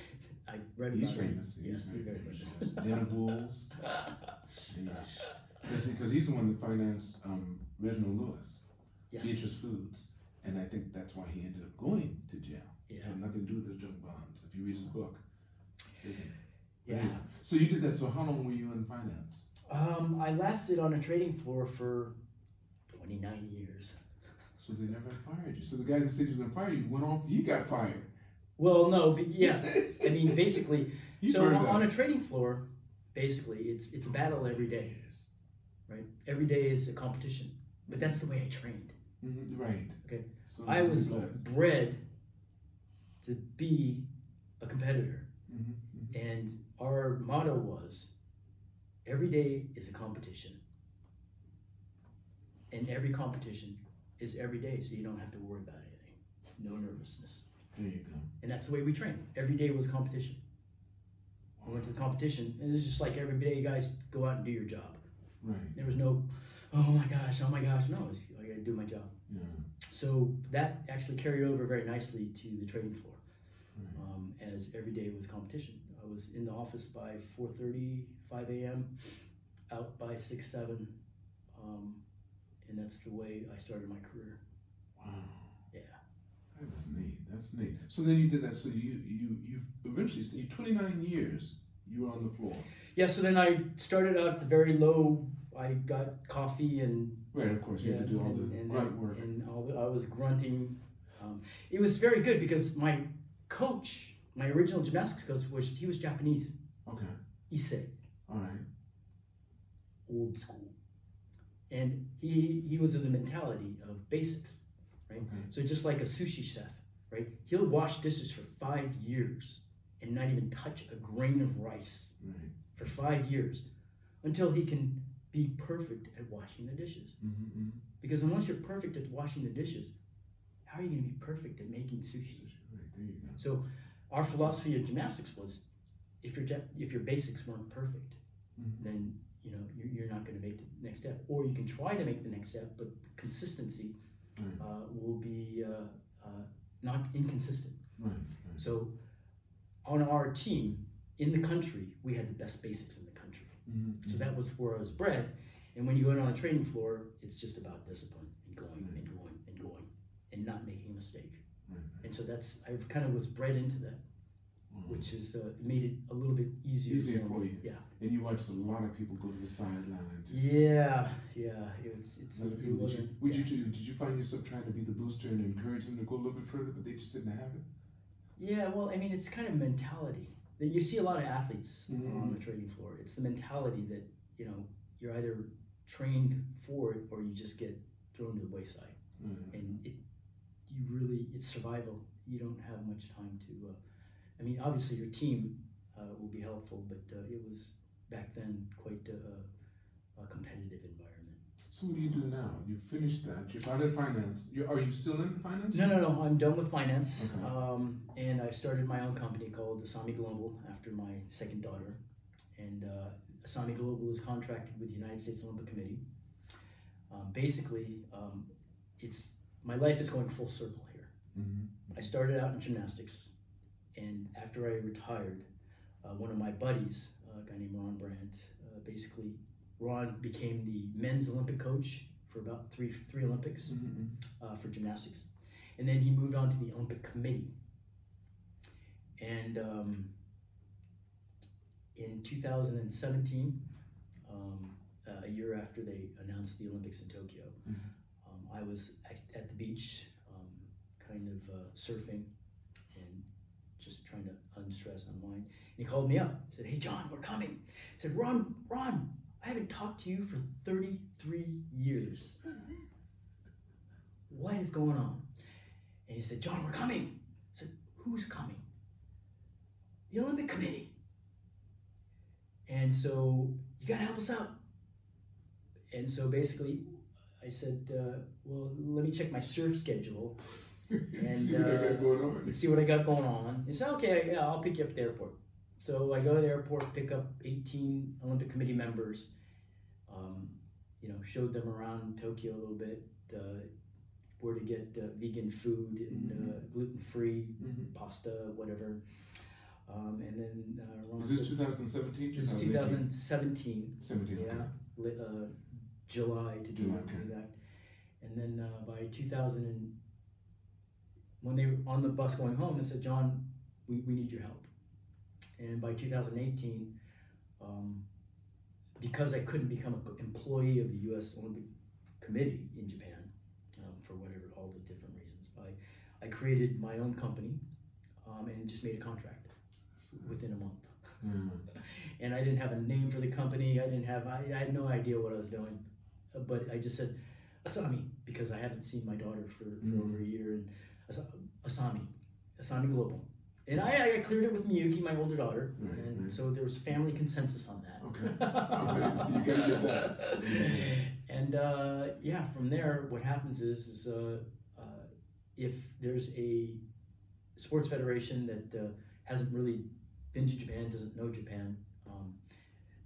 I read He's about him. famous. He's Yes, very very famous. famous. Dana Wolves. Because he's the one that financed um, Reginald Lewis, Yes, Beatrice Foods. And I think that's why he ended up going to jail. yeah, Mm. It had nothing to do with the junk bonds. If you read his book. yeah. Anyway, So you did that. So how long were you in finance? Um, I lasted on a trading floor for twenty nine years. So they never fired you. So the guy that said he was going to fire you went off. You got fired. Well, no, but yeah, I mean, basically, you so burned on, on out. a trading floor, basically, it's it's a battle every day. right? Every day is a competition, but that's the way I trained. Mhm, Right. Okay. So I was Mm-hmm. bred to be a competitor, Mm-hmm, and our motto was every day is a competition, and every competition is every day, so you don't have to worry about anything. No nervousness. There you go. and that's the way we trained. Every day was competition. We went to the competition, and it's just like every day, you guys go out and do your job. Right. There was no, oh my gosh, oh my gosh, no, it's, I gotta do my job. Yeah. So that actually carried over very nicely to the training floor, Right. um, as every day was competition. I was in the office by 4:30, 5 a.m., out by 6, 7, um, and that's the way I started my career. Wow. Yeah. That was neat. That's neat. So then you did that. So you you you eventually stayed 29 years. You were on the floor. Yeah. So then I started out at the very low. I got coffee and Right. Of course, you had to do all and- the and- grunt work. And all the, I was grunting. Um, it was very good because my coach, my original gymnastics coach, was he was Japanese, Okay. Issei, All right. old school, and he he was of the mentality of basics. Okay. So just like a sushi chef, right? He'll wash dishes for five years and not even touch a grain of rice Right. for five years until he can be perfect at washing the dishes. Mm-hmm. Because unless you're perfect at washing the dishes, how are you going to be perfect at making sushi? Right. There you go. So, our philosophy of gymnastics was, if your ja- if your basics weren't perfect, Mhm. then you know you're, you're not going to make the next step. Or you can try to make the next step, but consistency Right. uh, will be uh, uh, not inconsistent. Right. Right. So, on our team in the country, we had the best basics in the country. Mhm. So that was where I was bred. And when you go in on a training floor, it's just about discipline and going and Mm-hmm. going and going and not making a mistake. Right. Right. And so that's I kind of was bred into that, Wow. which is uh, made it a little bit easier. Mm-hmm. Easier me. for you. Yeah. And you watched a lot of people go to the sideline. Just Yeah, yeah. It's it's. Other it people, did you, wasn't- would you yeah. do? Did you find yourself trying to be the booster and encourage them to go a little bit further, but they just didn't have it? Yeah, well, I mean, it's kind of mentality that you see a lot of athletes Mhm. on the training floor. It's the mentality that you know you're either trained for it or you just get thrown to the wayside. Right. and it you really it's survival you don't have much time to uh, i mean obviously your team uh, will be helpful but uh, it was back then quite a, a competitive environment So what do you do now? You finished that. You're out of finance. You are you still in finance? no no no i'm done with finance Okay. um, and i've started my own company called asami global after my second daughter and uh, asami global is contracted with the united states olympic committee um, basically um, it's my life is going full circle here Mm-hmm. I started out in gymnastics, and after I retired, uh, one of my buddies, uh, a guy named Ron Brandt, uh, basically Ron became the men's Olympic coach for about three three Olympics Mm-hmm. uh, for gymnastics, and then he moved on to the Olympic Committee. And um, in 2017, um, uh, a year after they announced the Olympics in Tokyo, Mhm. um, I was at, at the beach, um, kind of uh, surfing and just trying to unstress, unwind. And he called me up, said, "Hey John, we're coming." I said, "Ron, Ron, I haven't talked to you for 33 years." what is going on? And he said, John, we're coming. I said, who's coming? The Olympic Committee. And so you got to help us out. And so basically, I said, uh, well, let me check my surf schedule And, See what I uh, got going on. and see what I got going on. He said, okay, yeah, I'll pick you up at the airport. So I go to the airport, pick up 18 Olympic Committee members, um, you know, showed them around Tokyo a little bit, uh, where to get uh, vegan food and uh, Mm-hmm. gluten free Mhm. pasta, whatever. Um, and then uh, Ron Is this said- 2017? this is 2018? 2017 17. okay. yeah, li- uh, July to July, July, okay. that. And then uh, by 2000, and when they were on the bus going home, they said, John, we, we need your help. And by 2018, um, because I couldn't become an employee of the U.S. Olympic Committee in Japan um, for whatever, all the different reasons, I, I created my own company um, and just made a contract within a month Yeah. and I didn't have a name for the company. I didn't have I, I had no idea what I was doing, Uh, but I just said Asami because I haven't seen my daughter for, for Mhm. over a year and Asa- Asami, Asami Global, and I, I cleared it with Miyuki, my older daughter, Right, and right. so there was family consensus on that. Okay. You gotta get that. And uh, yeah, from there, what happens is is uh, uh, if there's a sports federation that uh, hasn't really been to Japan, doesn't know Japan. Um,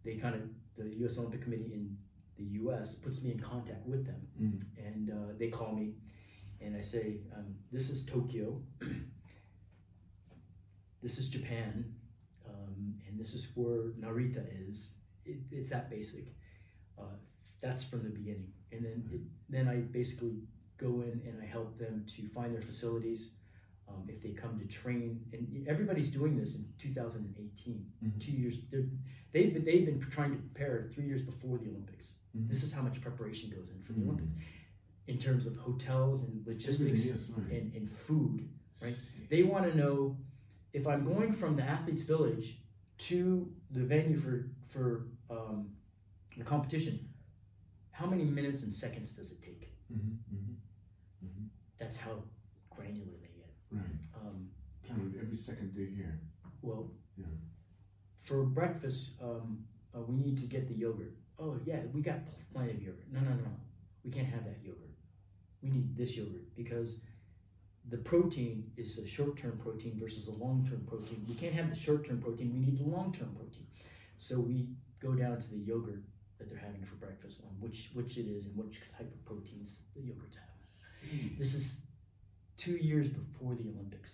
they kind of the U.S. Olympic Committee in the U.S. puts me in contact with them, Mm. and uh, they call me, and I say, um, "This is Tokyo. this is Japan, um, and this is where Narita is. It, it's that basic. Uh, that's from the beginning, and then it, then I basically go in and I help them to find their facilities." Um, if they come to train, and everybody's doing this in 2018, Mhm. two years, they're- they've been, they've been trying to prepare three years before the Olympics. Mhm. This is how much preparation goes in for the Mhm. Olympics in terms of hotels and logistics Everything is, right. and, and food. right? They want to know if I'm going from the athletes' village to the venue for for um, the competition. How many minutes and seconds does it take? Mhm, mhm, mhm. That's how granular they get. Right. Um, Counted every second they're here. Well, Yeah. for breakfast, um, uh, we need to get the yogurt. Oh yeah, we got pl- plenty of yogurt. No, no, no, we can't have that yogurt. We need this yogurt because the protein is a short-term protein versus a long-term protein. We can't have the short-term protein. We need the long-term protein. So we go down to the yogurt that they're having for breakfast on which which it is and which type of proteins the yogurts have. This is two years before the Olympics,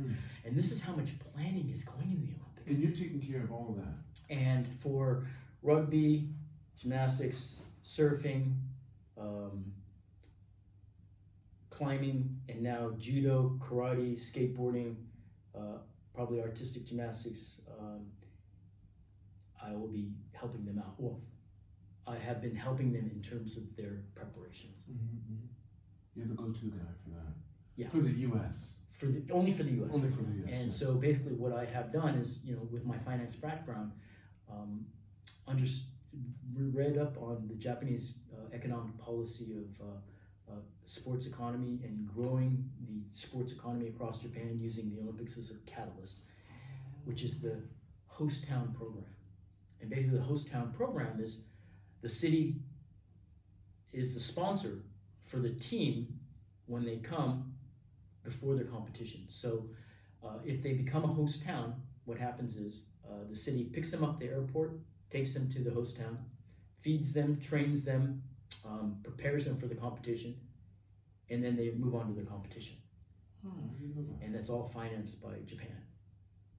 Mm. and this is how much planning is going in the Olympics And you're taking care of all that. and for rugby, gymnastics, surfing, um, climbing, and now judo, karate, skateboarding, uh, probably artistic gymnastics. Um, I will be helping them out. Well, I have been helping them in terms of their preparations Mm-hmm. You're the go-to guy for that. Yeah. For the U.S. for the, only for the U.S. Only for the U.S. And yes. so basically, what I have done is, you know, with my finance background, um, under, read up on the Japanese uh, economic policy of uh, uh, sports economy and growing the sports economy across Japan using the Olympics as a catalyst, which is the host town program. And basically, the host town program is the city is the sponsor for the team when they come before their competition. So uh, if they become a host town, what happens is uh, the city picks them up at the airport, takes them to the host town, feeds them, trains them, um, prepares them for the competition, and then they move on to the competition. Oh, I didn't know that. And that's all financed by Japan.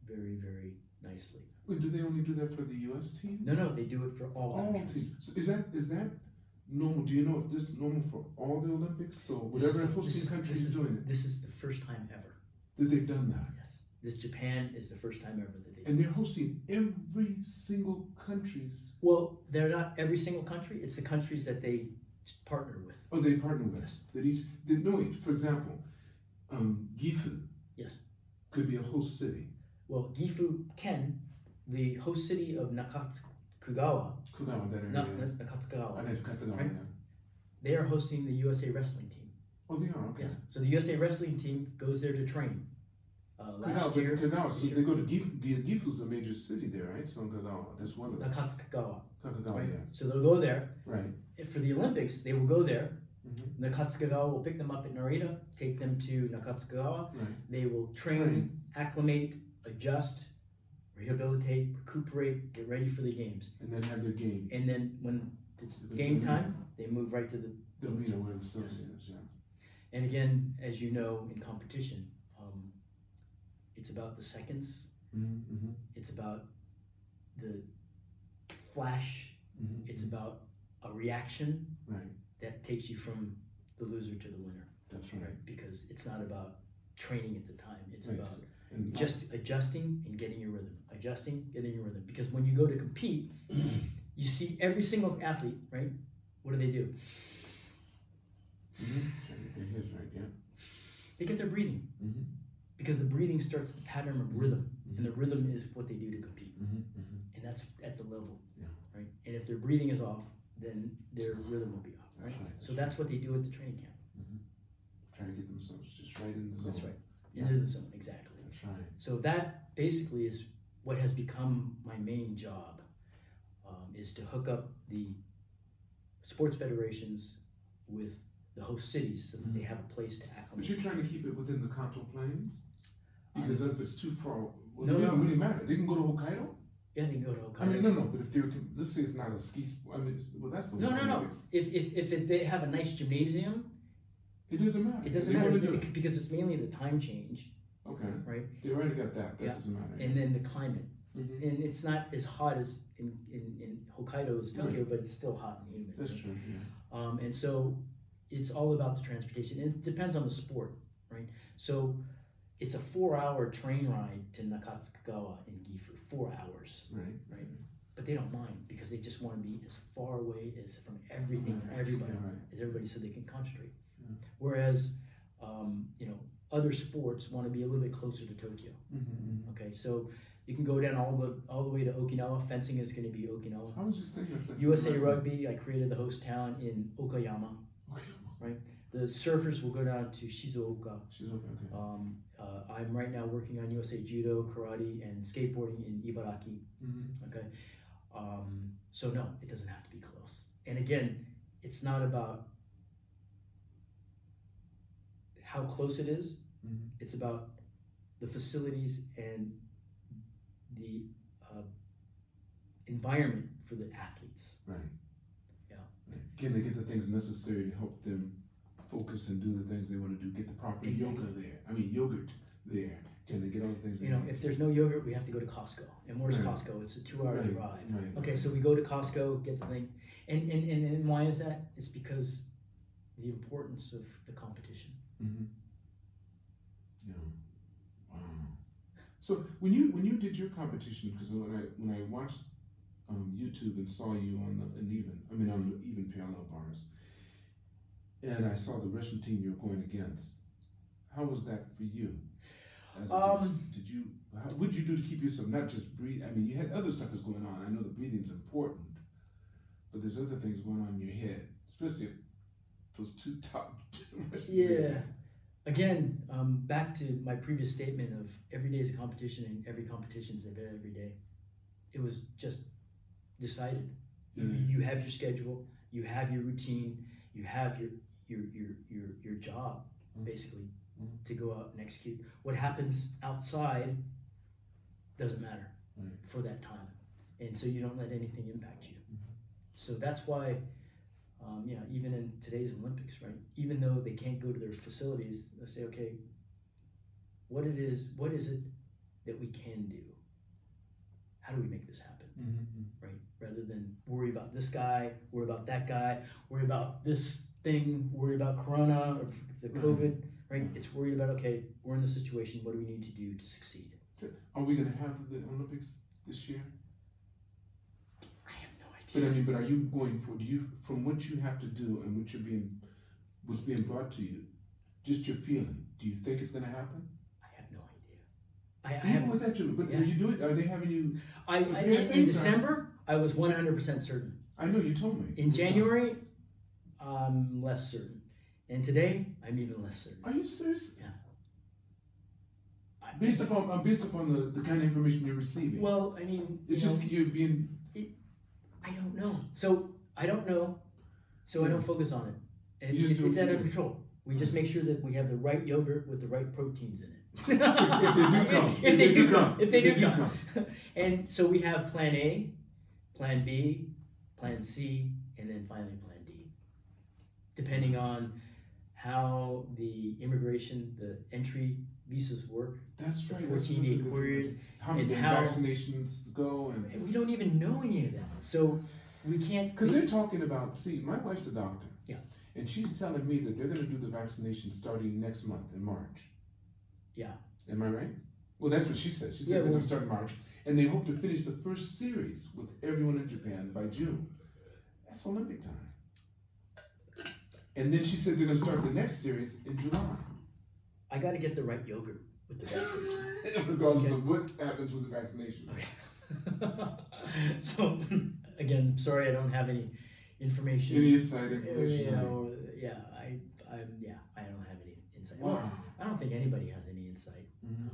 Very, very nicely. Wait, do they only do that for the U.S. teams? No, no, they do it for all All countries. teams. So is that is that normal? Do you know if this is normal for all the Olympics? So This whatever is- this hosting is- country this is is- doing it, This is the first time ever. that they've done that, Yes. This Japan is the first time ever that they and do they're this. hosting every single country's. Well, they're not every single country, it's the countries that they partner with. Oh, they partner with Yes. that each. They know it. For example, um, Gifu. Yes. Could be a host city. Well, Gifu Ken, the host city of Nakatsugawa, Kugawa, that area. not is. I Nakatsugawa, had to cut that off. Right. yeah. they are hosting the USA wrestling team. Oh, they are okay. Yes. So the USA wrestling team goes there to train. Uh, Kagawa, last but year, Kagawa, so this they go to Gifu. Gi- Gifu's a major city there, right? So Kagawa, that's one of them. Nakatsugawa. Kagawa, Oh, yeah, So they'll go there. right. If for the Olympics, they will go there. Mhm. Nakatsugawa will pick them up at Narita, take them to Nakatsugawa. Right. They will train, Train. acclimate, adjust, rehabilitate, recuperate, get ready for the games. And then have their game. And then when it's The game game. time, they move right to the The arena where the facility is, yeah. And again, as you know, in competition, um, it's about the seconds, Mm-hmm. it's about the flash, Mm-hmm. it's about a reaction Right. that takes you from the loser to the winner, That's right. Because it's not about training at the time, it's Right. about And just adjusting and getting your rhythm, adjusting, getting your rhythm. Because when you go to compete, you see every single athlete, right? What do they do? Mhm. Trying to get their heads right, yeah. They get their breathing Mm-hmm. because the breathing starts the pattern of rhythm, and the rhythm is what they do to compete. Mm-hmm. Mm-hmm. and that's at the level, Yeah. right? And if their breathing is off, then their rhythm will be off, right? That's right. So that's what they do at the training camp. Trying to get themselves just right in the zone. That's right. Yeah. Into the zone, exactly. That's right. So that basically is what has become my main job, um, is to hook up the sports federations with the host cities so that they have a place to Mm-hmm. But acclimate. you're trying to keep it within the contour planes? Because if it's too far, well, No, it doesn't no. really matter. They can go to Hokkaido. Yeah, they can go to Hokkaido. I mean, no, no. But if they're, com- let's say it's not a ski sport. I mean, it's- well, that's the No, one no, thing no. is- If, if, if it, they have a nice gymnasium, It doesn't matter. it doesn't They matter wanna do be- because it's mainly the time change it. Okay. Right. They already got that. That Yeah. doesn't matter. and then the climate. Mhm. And it's not as hot as in, in, in Hokkaido as Tokyo, but it's still hot and humid. That's true. Yeah. Um, and so it's all about the transportation. And it depends on the sport, right? So it's a four hour train ride to Nakatsukawa in Gifu, four hours. Right. Right. But they don't mind because they just want to be as far away as from everything and everybody Yeah, right. as everybody so they can concentrate. Yeah. Whereas, um, you know, other sports want to be a little bit closer to Tokyo. Mm-hmm. Okay, so you can go down all the all the way to Okinawa. Fencing is going to be Okinawa. I was just thinking. If that's USA Rugby, I created the host town in Okayama. The surfers will go down to Shizuoka. She's okay. okay. Um, uh, I'm right now working on USA Judo, Karate, and skateboarding in Ibaraki. Mm-hmm. Okay, um, so no, it doesn't have to be close. And again, it's not about how close it is. Mhm. It's about the facilities and the uh, environment for the athletes. Right. Yeah. Right. Can they get the things necessary to help them focus and do the things they want to do? Get the proper Exactly. yoga there. I mean, yogurt there. Can they get all the things You they know, need? if there's no yogurt, we have to go to Costco. And where's Right. Costco? It's a two-hour Right. drive. Right. Okay, so we go to Costco, get the thing, and and, and, and why is that? It's because the importance of the competition. Mm-hmm. Yeah. Wow. So when you when you did your competition, because when I when I watched um, YouTube and saw you on the and even I mean on the even parallel bars, and I saw the Russian team you were going against, how was that for you? As a Um, host? did you how, what did you do to keep yourself not just breathe? I mean, you had other stuff that's going on. I know the breathing's important, but there's other things going on in your head, especially if those two top. Russians in there. Yeah. Again, um, back to my previous statement of every day is a competition and every competition is an event every day. It was just decided. You, Yeah. you have your schedule, you have your routine, you have your your your your, your job Mhm. basically Mhm. to go out and execute. What happens outside doesn't matter Right. for that time, and so you don't let anything impact you. So that's why, um, you know, even in today's Olympics, right? Even though they can't go to their facilities, they say, okay, what it is, what is it that we can do? How do we make this happen? Mm-hmm. right? Rather than worry about this guy, worry about that guy, worry about this thing, worry about Corona or the Right. COVID, right? Right. It's worried about okay, we're in this situation. What do we need to do to succeed? Are we going to have the Olympics this year? I have no But I idea. mean, but are you going for? Do you from what you have to do and what you're being, what's being brought to you, just your feeling? Do you think it's going to happen? I have no idea. I, I Even have. with that, you- but yeah. are you doing? Are they having you? I, I If you in, had in things, uh, December I was one hundred percent certain. I know you told me In January, I'm less certain, and today I'm even less certain. Are you serious? I- Based upon uh, based upon the, the kind of information you're receiving, well, I mean, it's you know, just you're being I don't know. So I don't know. So I don't focus on it. And You it's, just it's, do it out of anyway. control. We just make sure that we have the right yogurt with the right proteins in it. if they do come. If, they, do come. If they, do, come. and so we have plan A, plan B, plan C, and then finally plan D. Depending on how the immigration, the entry visas work, that's the right. that's 14 day another good period, point. How many and how- vaccinations go and and we don't even know any of that. So we can't. Because they're talking about, see, my wife's a doctor. Yeah. And she's telling me that they're going to do the vaccination starting next month in March. Yeah. Am I right? Well, that's what she said. She said Yeah, they're well- going to start in March. And they hope to finish the first series with everyone in Japan by June. That's Olympic time. And then she said they're going to start the next series in July. I got to get the right yogurt with the right protein. Regardless Okay. of what happens with the vaccination. so again, sorry I don't have any information. Any inside Uh, information? you right? know, yeah, I, I'm, yeah, I don't have any insight. Well, Wow. I don't think anybody has any insight. Mhm.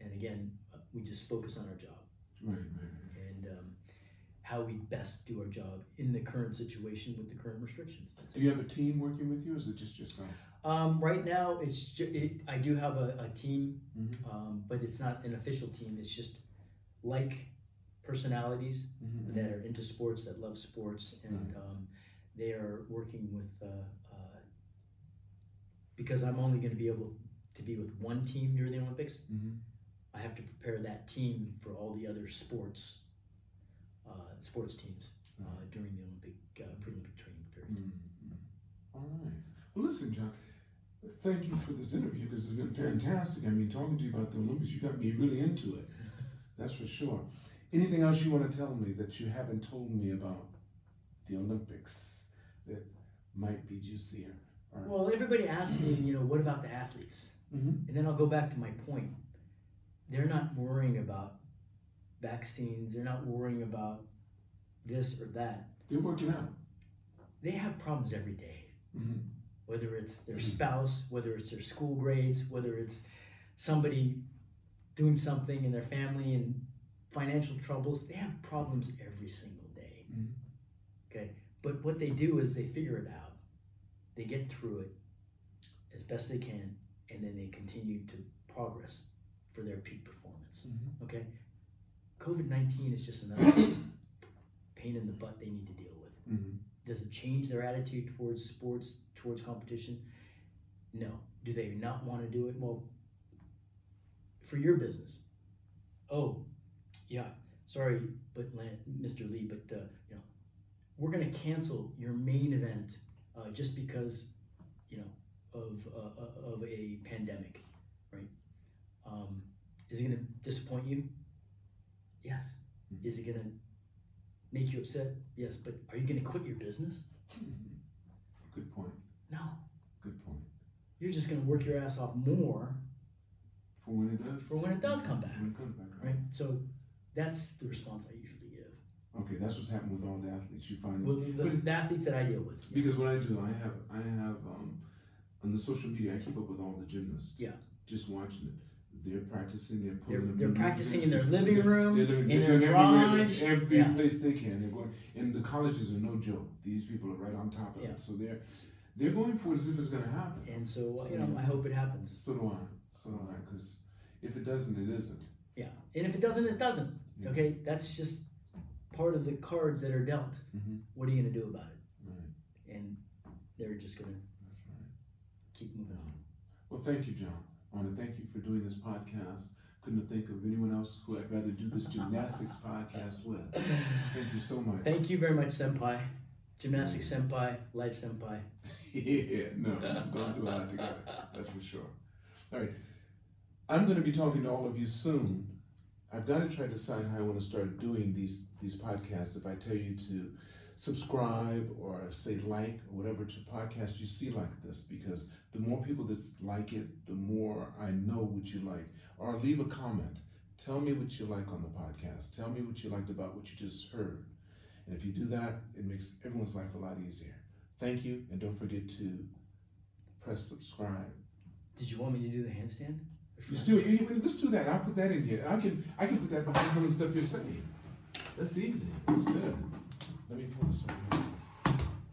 And again, uh, we just focus on our job Right, right, right. and um, how we best do our job in the current situation with the current restrictions. That's Do it. you have a team working with you, or is it just yourself? Um, right now, it's ju- it, I do have a, a team, Mhm. um, but it's not an official team. It's just like personalities mm-hmm, that are into sports that love sports, and um, they are working with. Uh, uh, because I'm only going to be able to be with one team during the Olympics, hmm I have to prepare that team for all the other sports, uh, sports teams mm-hmm. uh, during the Olympic uh, pre-Olympic training period. Mm, mm. All right. Well, listen, John. Thank you for this interview because it's been fantastic. I mean, talking to you about the Olympics, you got me really into it. That's for sure. Anything else you want to tell me that you haven't told me about the Olympics that might be juicier? Or, Well, everybody asks me, you know, what about the athletes? Mhm. And then I'll go back to my point. They're not worrying about vaccines. They're not worrying about this or that. They're working out. They have problems every day. Mhm. whether it's their spouse, whether it's their school grades, whether it's somebody doing something in their family and financial troubles, they have problems every single day. Mhm. Okay, but what they do is they figure it out, they get through it as best they can, and then they continue to progress for their peak performance. Mhm. Okay, COVID 19 is just another pain in the butt they need to deal with Mhm. does it change their attitude towards sports towards competition no do they not want to do it well for your business oh yeah sorry but Lan- mr lee but uh, you know we're going to cancel your main event uh, just because you know of uh, of a pandemic right um, is it going to disappoint you yes Mhm. is it going to make you upset yes but are you going to quit your business Good point. no, Good point. you're just going to work your ass off more, For when it does. For when it does come back. When it comes back, right? So that's the response I usually give Okay, that's what's happened with all the athletes. You find with the, the athletes that I deal with. yes. Because what I do, I have, I have, um, on the social media, I keep up with all the gymnasts. Yeah. Just watching it. They're practicing. They're they're, pulling. up they're new practicing in movements. their living room, They're living- in they're their going everywhere. They're garage. Every Yeah. place they can, they're going. And the colleges are no joke. These people are right on top of Yeah. it. So they're they're going for it as if it's going to happen. and so you know I hope it happens. So do I. So do I. Because if it doesn't, it isn't. Yeah, and if it doesn't, it doesn't. Yeah. Okay, that's just part of the cards that are dealt. Mhm. What are you going to do about Right. it? And they're just going to That's right. keep moving on. Well, thank you, John. I want to thank you for doing this podcast. Couldn't think of anyone else who I'd rather do this gymnastics podcast with. Thank you so much. Thank you very much, senpai, gymnastics senpai, life senpai. yeah, no, we're going through a lot together. That's for sure. All right, I'm going to be talking to all of you soon. I've got to try to decide how I want to start doing these these podcasts. If I tell you to subscribe or say like or whatever to podcasts you see like this, because the more people that like it, the more I know what you like. Or leave a comment. Tell me what you like on the podcast. Tell me what you liked about what you just heard. And if you do that, it makes everyone's life a lot easier. Thank you, and don't forget to press subscribe. Did you want me to do the handstand? You still, you, you- let's do that. I'll put that in here. I can, I can put that behind some of the stuff you're saying. That's easy. That's good. Let me pull this up.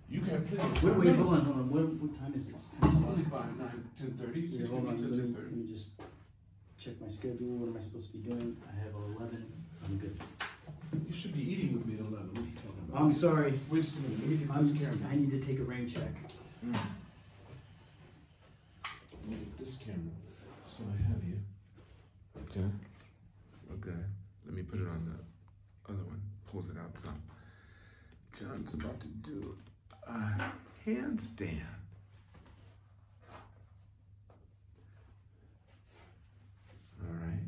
You can play. it. Wait, wait, hold on, hold on. What, what time is it? It's ten It's o'clock. only five, nine, ten thirty. Yeah, Six, hold on. maybe till Let me, ten let thirty. me just check my schedule. What am I supposed to be doing? I have eleven. I'm good. You should be eating with me at eleven. What are you talking about? I'm sorry. Wait just a minute. Let me get I'm, this camera. I need to take a rain check. Let me get this camera. So I have you. Okay. Okay. Let me put it on the other one. Pulls it out some. John's about to do a handstand. All right.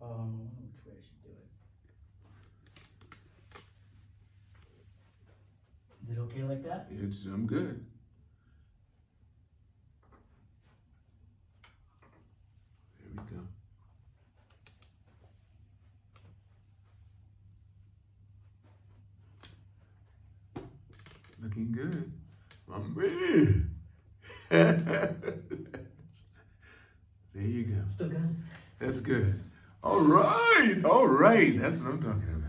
Um, I don't know which way I should do it. Is it okay like that? It's, I'm good. There we go. Looking good. My man. Still got it? That's good. All right. All right. That's what I'm talking about.